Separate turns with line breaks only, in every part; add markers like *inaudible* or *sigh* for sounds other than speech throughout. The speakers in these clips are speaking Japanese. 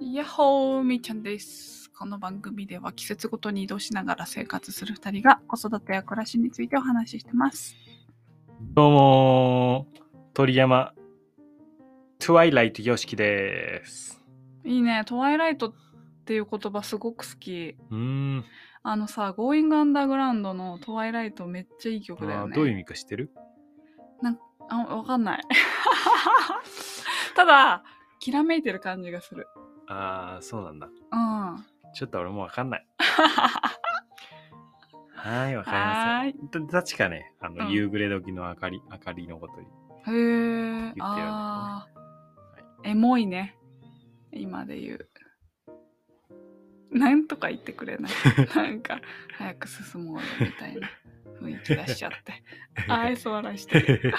イヤッホーみーちゃんです。この番組では季節ごとに移動しながら生活する二人が子育てや暮らしについてお話ししてます。
どうもー、鳥山、トゥワイライトよしきです。
いいね、トワイライトっていう言葉すごく好き。
うーん、
あのさ、Going Underground のトワイライトめっちゃいい曲だ
あ
よ
ー
ね。
どういう意味か知ってる
あ、わかんない。 *laughs* ただ、きらめいてる感じがする。
ああ、そうなんだ。
うん。は
ちょっと俺もわかんない。はーい、わかり
ーい。
ません。た確かね、あの、
うん
夕暮れ時の明かり、明かりの *laughs* ことに。
へえ、
ね
あ
は
ーエモいね。今で言う。なんとか言ってく
*laughs*
れない。なんか、早く進もうよみたいな雰囲気出しちゃって。あー、愛想笑いしてる。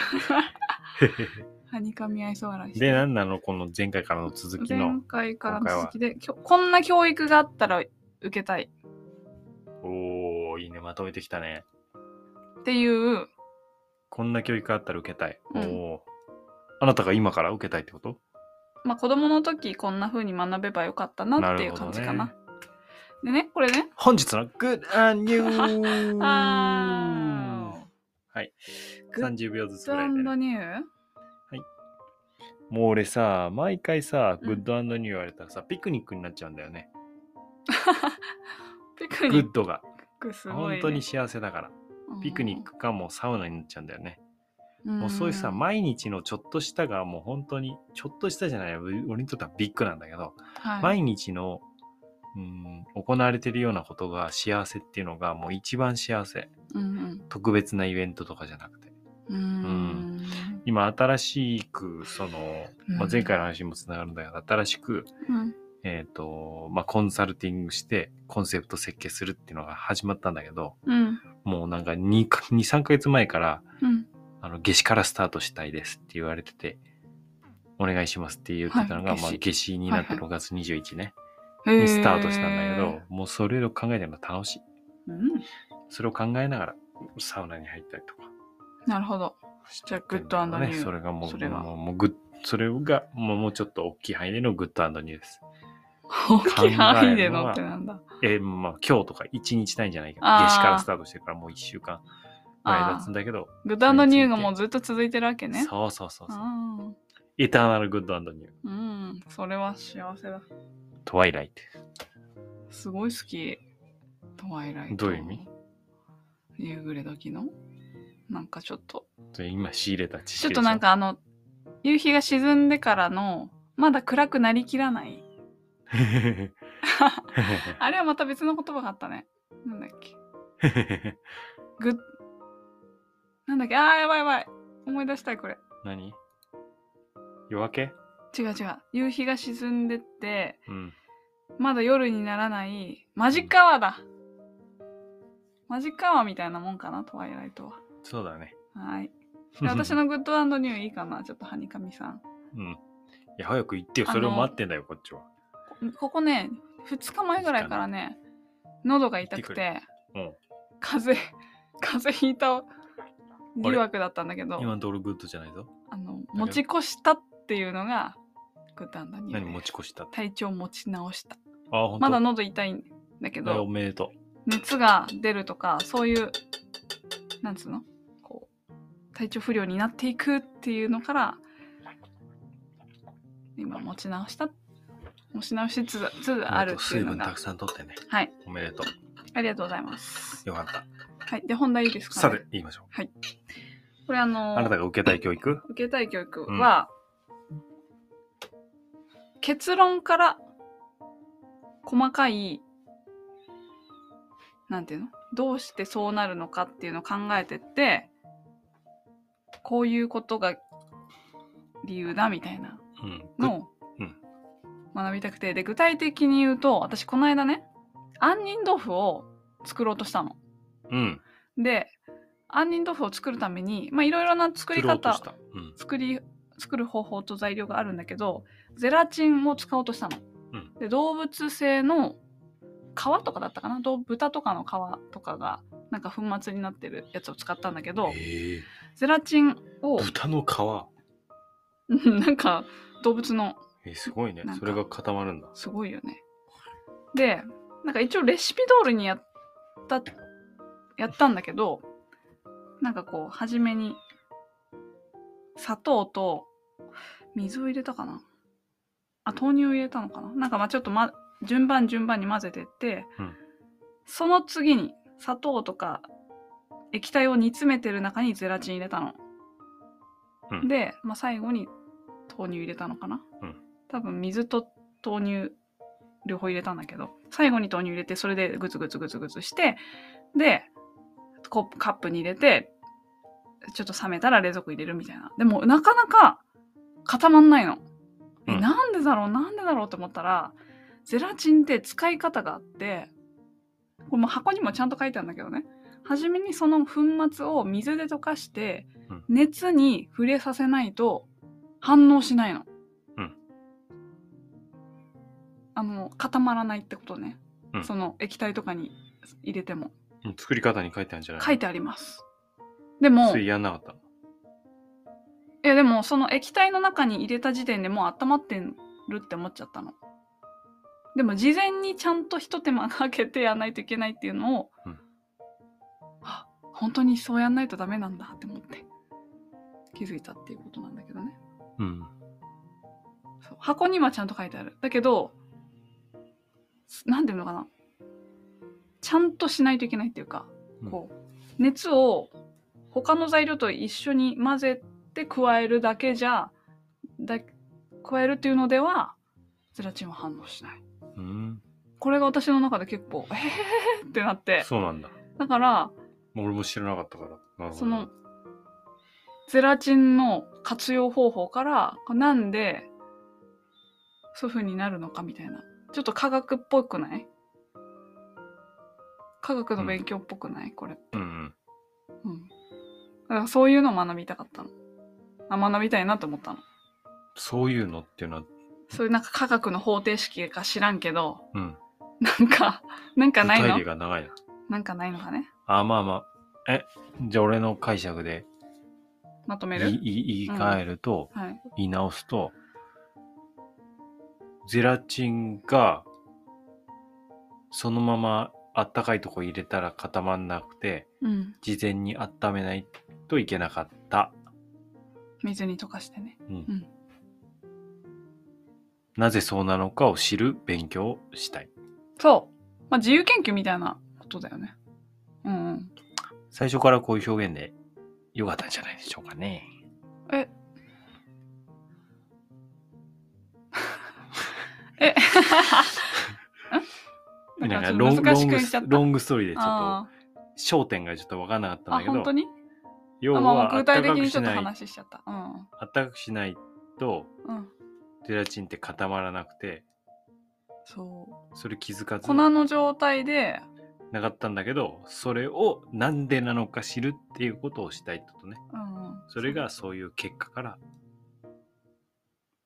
はにかみ愛想笑いして
で、
る。
なんなのこの前回からの続き
前
の。
回からの続きで、きょこんな教育があったら受けたい
おー、いいね、まとめてきたね。
っていう、
こんな教育あったら受けたい。
うん
おー。あなたが今から受けたいってこと
まあ子供の時こんな風に学べばよかったなっていう感じかな。
なる
でね、これね、
本日の Good and New! *laughs*
あー
はい。
グッ
30秒ずつ
ス
ぐら
タ
いで、
ンド
ね。
ニュー
もう俺さ、毎回さ、
うん
Good and New 言われたらさ、ピクニックになっちゃうんだよね。
ピクニッ
Good が。
クすごい、ね。
本当に幸せだから。ピクニックかもうサウナになっちゃうんだよね。もうそういうさ、毎日のちょっとしたがもう本当に、ちょっとしたじゃない、俺俺にとってはビッグなんだけど、
はい、
毎日の、うん、行われてるようなことが幸せっていうのがもう一番幸せ。
うん
特別なイベントとかじゃなくて。
うんうん
今新しくその、
う
まあ
ん、
前回の話にもつながるんだけど、新しく、
うん
えっ、と、まあ、コンサルティングしてコンセプト設計するっていうのが始まったんだけど、
うん
もうなんか2か、2、3ヶ月前から、
うん
あの、下死からスタートしたいですって言われてて、お願いしますって言ってたのが、
はい夏至
まあ、下死になって
はいは
6月21ね、
へ
にスタートしたんだけど、もうそれを考えてるのが楽しい。
うん、
それを考えながら、サウナに入ったりとか。
なるほどじゃあグッドアンドニュー
ねそれがもう、
それは
もうもうグッそれがもうもうちょっと大きい範囲でのグッドアンドニューです。
大きい範囲でのってなんだ
えーまあ今日とか1日単位じゃないけど、
あー
夏至からスタートしてからもう1週間ぐらい経つんだけど、
グッドアンドニューがもうずっと続いてるわけね
そうそうそうそう。
あ
エターナルグッドアンドニュー。
ーうんそれは幸せだ
トワイライト。
すごい好きトワイライト
どういう意味
夕暮れ時のなんかちょっと
それ今仕入れた知識
ちょっとなんかあの夕日が沈んでからのまだ暗くなりきらない
で
あれはまた別の言葉があったね。なんだっけ。
しょ。
グッ。なんだっけ。あー、やばいやばい。思い出したい、これ。
*laughs* 何夜明け
違う違う。夕日が沈んでって、
うん。
まだ夜にならない、マジカワだ。マジカワみたいなもんかな、トワイライトは。
そうだね。
はーい。
*laughs*
で私のグッドアンドニューいいかな、ちょっとはにかみさん。
うん。いや、早く行ってよ。それを待ってんだよ、こっちは。
こここね、2日前ぐらいからね、喉が痛くて、
うん。
風邪、風邪ひいた疑惑だったんだけど。
今のところグッドじゃないぞ。
あの持ち越したっていうのがグッドアンドニュー
何
です
持ち越したって。
体調持ち直した
ああ、ほんと
まだ喉痛いんだけ
あお
ど
めでと
熱が出るとかそういうなんつうのこう体調不良になっていくっていうのから今持ち直した持ち直しつつ
う。
あるってい
水
うの
分た
が
くさん取ってね。
はい
おめでとう。
ありがとうございます
よかった。
はいで本題いいですか、ね、
さて、言いましょう。
これあの
あなたが受けたい教育
受けたい教育は、結論から細かいなんていうのどうしてそうなるのかっていうのを考えてってこういうことが理由だみたいな
うん。
のを
うん
学びたくてで具体的に言うと私この間ね杏仁豆腐を作ろうとしたの。
うん。
で杏仁豆腐を作るためにまあいろいろな作り
作ろうと
方
した。うん。
作り作る方法と材料があるんだけどゼラチンを使おうとしたの。
うん
で動物性の皮とかだったかなどう豚とかの皮とかがなんか粉末になってるやつを使ったんだけど
ええ。
ゼラチンを
豚の皮。
*laughs* うんなんか動物の
へえすごいね
なんか
それが固まるんだ
すごいよね。で、なんか一応レシピ通りにやった、やったんだけど、なんかこう、初めに、砂糖と、水を入れたかなあ、豆乳を入れたのかななんかまあちょっとま、順番順番に混ぜてって、
うん
その次に砂糖とか液体を煮詰めてる中にゼラチン入れたの。
うん
で、まあ、最後に豆乳入れたのかな、
うん
多分水と豆乳両方入れたんだけど最後に豆乳入れてそれでグツグツグツグツしてでコップカップに入れてちょっと冷めたら冷蔵庫入れるみたいなでもなかなか固まんないの、え
うん
なんでだろうなんでだろうって思ったらゼラチンって使い方があってこれもう箱にもちゃんと書いてあるんだけどね初めにその粉末を水で溶かして、
うん
熱に触れさせないと反応しないの。
うん
あの固まらないってことね、
うん
その液体とかに入れても
うん作り方に書いてあるんじゃない
書いてあります。でも
それやんなかったの
いやでもその液体の中に入れた時点でもう温まってるって思っちゃったの。でも事前にちゃんと一手間かけてやらないといけないっていうのを、
うん
あ本当にそうやんないとダメなんだって思って気づいたっていうことなんだけどね。
うん
そう箱にはちゃんと書いてある。だけど、なんていうのかな。ちゃんとしないといけないっていうか、
うん
こう、熱を他の材料と一緒に混ぜて加えるだけじゃ、だ加えるっていうのでは、ゼラチンは反応しない。
うん
これが私の中で結構、えーってなって。
そうなんだ
だから、
俺も知らなかったからなるほど
そのゼラチンの活用方法からなんでそういう風になるのかみたいなちょっと科学っぽくない科学の勉強っぽくない、これ、
うんうん
うん、だからそういうのを学びたかったのあ学びたいなと思ったの
そういうのっていうのは
そういうなんか科学の方程式か知らんけど
うん
なんかなんかない
具体
の
例が長いな
なんかないのかね
あまあまあえじゃあ俺の解釈で
まと
い
め
い
る
い言い換えると、
はい
言い直すとゼラチンがそのままあったかいとこ入れたら固まんなくて
うん
事前に温めないといけなかった、
水に溶かしてね
うん
うん
なぜそうなのかを知る勉強をしたい
そうまあ自由研究みたいなことだよねうんうん
最初からこういう表現でよかったんじゃないでしょうかね
え。 *laughs* え。ん
なんか
ちょ
ロ
っ
ン
と
ロ
難し
ン
く
グ
言っちゃ
ス
った
ロングストーリーでちょっ
あ
と焦点がちょっと分かんなかった
ーあ、
んだ
本
け
当
ど
にあ、
要
まあまあ、
はあ
具
った
体的
かく
にちょっと
しない
話しちゃった。うん
あったかくしないと
うん。うん。
ゼラチンって固まらなくて
そう。
それ気づかず
粉の状態で、
なかったんだけどそれをなんでなのか知るっていうことをしたいってことね
うんうん。
それがそういう結果から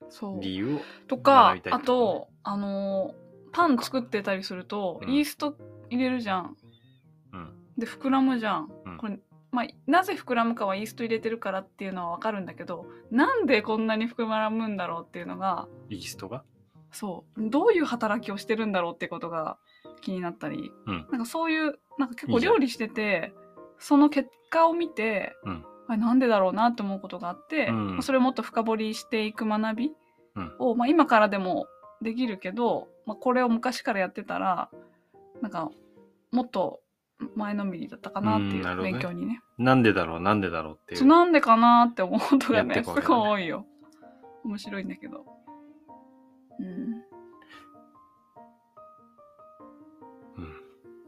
そう、
理由を
とか
学びたい
あ
ってこと
とあのーパン作ってたりすると、
うん
イースト入れるじゃん
うん
で膨らむじゃん、
うん
これ、まあ、なぜ膨らむかはイースト入れてるからっていうのはわかるんだけどなんでこんなに膨らむんだろうっていうのが
イーストが
そうどういう働きをしてるんだろうってことが気になったり、
うん
なんかそういうなんか結
い
構
いじゃん
料理しててその結果を見て、
うん
あなんでだろうなって思うことがあって、
うん
まあそれをもっと深掘りしていく学び
うん
を、まあ、今からでもできるけど、まあ、これを昔からやってたらなんかもっと前のめりだったかなって
う
い
んなる
う
ほどね
勉強にね。
なんでだろうなんでだろうってい
そう
う
なんでかなって思うことがね
やって
す
くわ
ごい多
けだね
いよ。面白いんだけど。うん
うん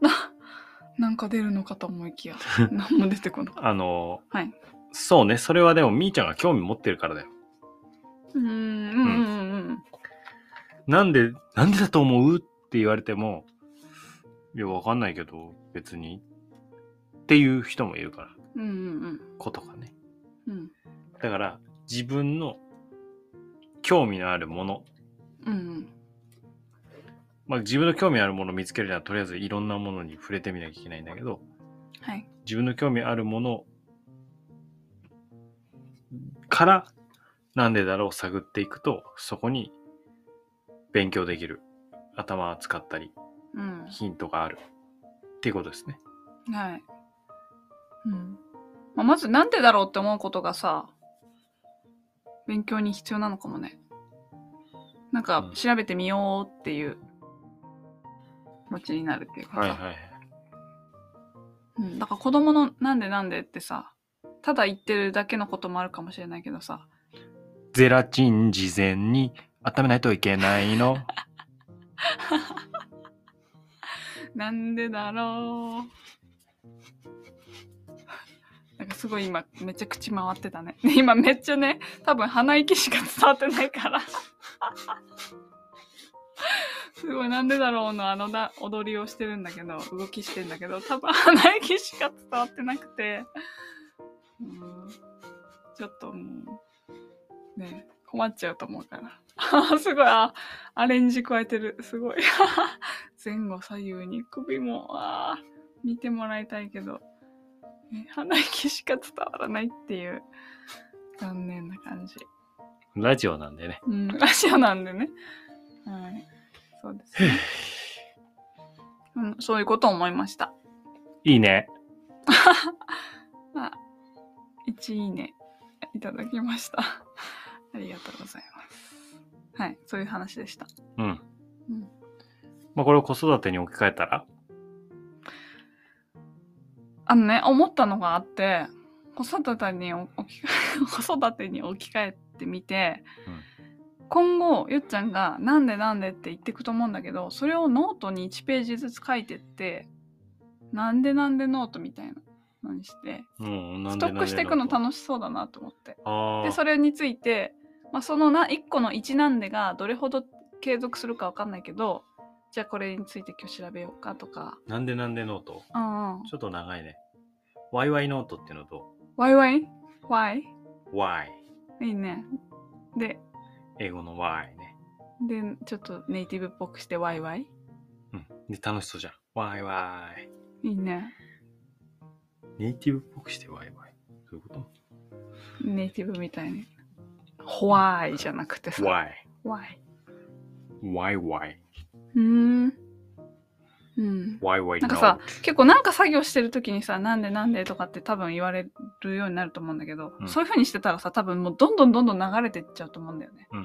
*laughs* なんか出るのかと思い
*laughs*
きや何も出てこなかっ
あの
た。はい。
そうねそれはでもみーちゃんが興味持ってるからだよ
うーんうんうん
なんでなんでだと思うって言われてもいやわかんないけど別にっていう人もいるから
うんうんうん
ことかね
うん
だから自分の興味のあるもの
うんうん
まあ、自分の興味あるものを見つけるにはとりあえずいろんなものに触れてみなきゃいけないんだけど
はい
自分の興味あるものからなんでだろうを探っていくとそこに勉強できる頭を使ったり
うん。
ヒントがあるっていうことですね
はい。うん。まあ、まずなんでだろうって思うことがさ、勉強に必要なのかもね。なんか
うん
調べてみようっていう気持ちになるっていうかさ、
はいはい
うん、だから子供のなんでなんでってさ、ただ言ってるだけのこともあるかもしれないけどさ、
ゼラチン事前に温めないといけないの
*laughs* なんでだろう。なんかすごい今めっちゃ口回ってたね。 *laughs* ね今めっちゃね、多分鼻息しか伝わってないから。 *laughs* すごいなんでだろうのあのだ踊りをしてるんだけど、動きしてんだけど、多分鼻息しか伝わってなくて、うん、ちょっともう、ね、困っちゃうと思うから。 *laughs* すごい、あ、アレンジ加えてる。すごい。 *laughs* 前後左右に首もあー見てもらいたいけど、ね鼻息しか伝わらないっていう残念な感じ。
*laughs* ラジオなんでね
うん、 *laughs* ラジオなんでね。はい。そうですね。うん、そういうことを思いました。
いいね
あ、1いいねいただきました。 *laughs* ありがとうございます。はい、そういう話でした。
うん
うん、
まあこれを子育てに置き換えたら
あのね、思ったのがあって、子育てに置き *laughs* 子育てに置き換えてみて、今後、ゆっちゃんがなんでなんでって言ってくと思うんだけど、それをノートに1ページずつ書いてって、なんでなんでノートみたいなのにして、
うんな
ス
ん
ト
で
ックしていくの
し
楽しそうだなと思って。
あ
で、
あ
それについて、まあ、そのな1個の1なんでがどれほど継続するかわかんないけど、じゃあこれについて今日調べようかとか。
なんでなんでノート
うんうん。
ちょっと長いねワイワイノートっていうのと
ワイワイワイ
Why
いいね。で、
英語の Why ね
で、ちょっとネイティブっぽくしてワイワイ。
うんで楽しそうじゃんワイワイ
いいね。
ネイティブっぽくしてワイワイそういうこ
ネイティブみたいに。ホワイじゃなくて
と
さ。
?Why
ワイ。
Why Why
うーん。うん。
Why Why
なんかさ、結構なんか作業してる時にさ、なんでなんでとかって多分言われるようになると思うんだけど、
うん
そういう風にしてたらさ、多分もうどんどんどんどん流れてっちゃうと思うんだよね。
うん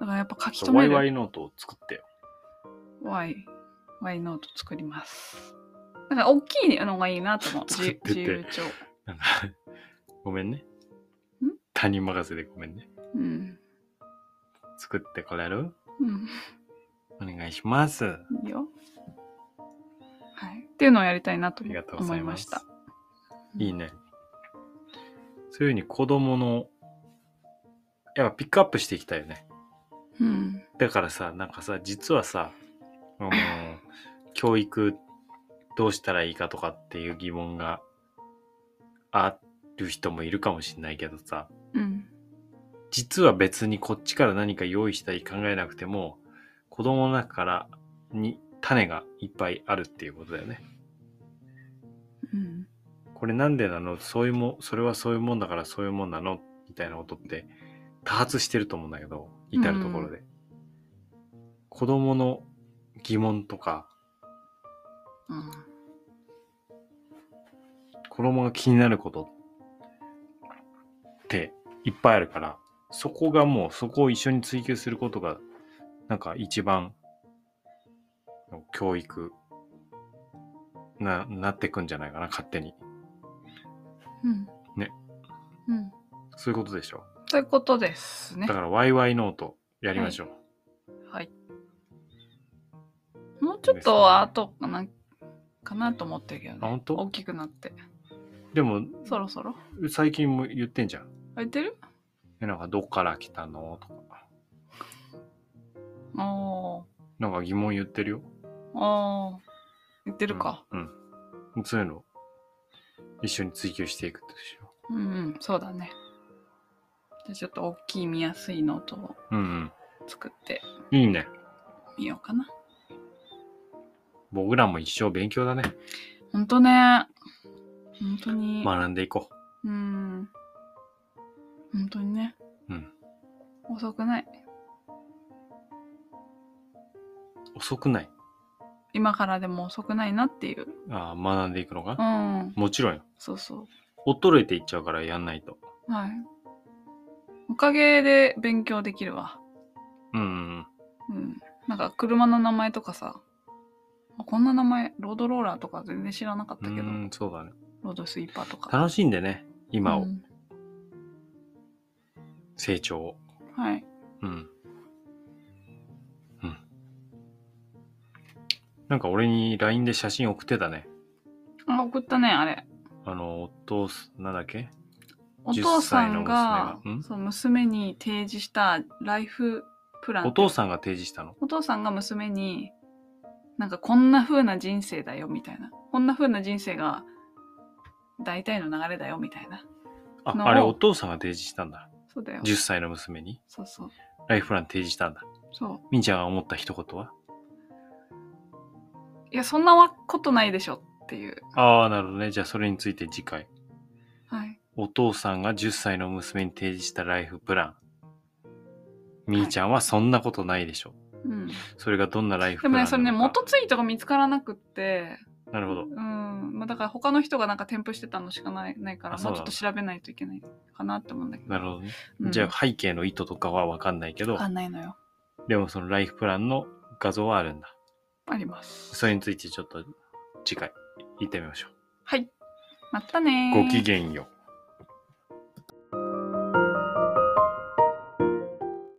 だからやっぱ書き
Not
留め
Why
る
Why ノートを作ってよ
Y、Y ノート作ります。だから大きいのがいいなと思う。
作って
じ
て
自由帳。
なんか *laughs* ごめんね
ん
他人任せでごめんね
うん。
作ってこれる
うん。
お願いしますあ
いいよ。はい。っていうのをやりたいなと
りがとうご
思
ざ
い
い
ま
ま
し
す
た。
いいねそういうふうに子供のやっぱピックアップしていきたいよね
うん。
だからさなんかさ実はさあの教育どうしたらいいかとかっていう疑問がある人もいるかもしれないけどさ
うん。
実は別にこっちから何か用意したり考えなくても子供の中からに種がいっぱいあるっていうことだよね。
うん。
これなんでなのそういうもそれはそういうもんだからそういうもんなのみたいなことって多発してると思うんだけど至るところで、子供の疑問とか
うん。
子供が気になることっていっぱいあるからそこがもうそこを一緒に追求することがなんか一番の教育ななってくんじゃないかな勝手に
うん。
ね。
うん。
そういうことでしょ
ということですね
だ。からワイワイノートやりましょう、
はい。もうちょっとは後かな、かなと思ってるけどね。
あ本当
大きくなって。
でも
そろそろ。
最近も言ってんじゃん
空いてる
えなんかどっから来たのとか
お
なんか疑問言ってるよ
ー。おー。言ってるか。
うん、うんそういうの一緒に追求していくってことでしょ
うん、うん、そうだね。じゃあちょっと大きい見やすいノートを
うん
作って
うんいいね
みようかな。
僕らも一生勉強だね。
ほんとね。ほんとに。
学んでいこ
うん。ほんとにね。
う。うん。
遅くない。
遅くない
今からでも遅くないなっていう。
ああ、学んでいくのが
う、ん。
もちろんよ。
そうそ
衰えていっちゃうからやんないと。
う。はい。おかげで勉強できるわ。
うんうん
うん。なんか車の名前とかさ、あこんな名前、ロードローラーとか全然知らなかっ
う
た
ん。
けど、
うん、そうだね。
ロードスイーパーとか。
楽しんでね、今を、
うん
成長を。
はい。
うん。うん。なんか俺に LINE で写真送ってたね。
あ、送ったね、あれ。
あの、お父す、なんだっけ
お父さん
10
が、
歳の娘がん
そう、娘に提示したライフプラン。
お父さんが提示したの。
お父さんが娘に、なんかこんな風な人生だよ、みたいな。こんな風な人生が、大体の流れだよ、みたいな。
あ、
の
あれお父さんが提示したんだ。
そうだよ。
10歳の娘に
そうそう。
ライフプラン提示したんだ。
そう。
みんちゃんが思った一言はい
や、そんなわことないでしょっていう。
ああ、なるほどね。じゃあそれについて次回。
はい。
お父さんが10歳の娘に提示したライフプラン。みーちゃんはそんなことないでしょ。
うん。
それがどんなライ
で
フプ
もね、
ランなの
そ
か
れね、元ツイートが見つからなくって、
なるほど
う。ん。まあ、だから他の人がなんか添付してたのしかないないから、
あそ
も
う
うちょ
な
っ
んだ
と調べないといけないかなって思うんだけど。
なるほどね。
うん
じゃあ背景の意図とかはわかんないけど
わ、かんないのよ。
でもそのライフプランの画像はあるんだ。
あります。
それについてちょっと次回行ってみましょ
はい。またね
う。
ー
ごきげんよう。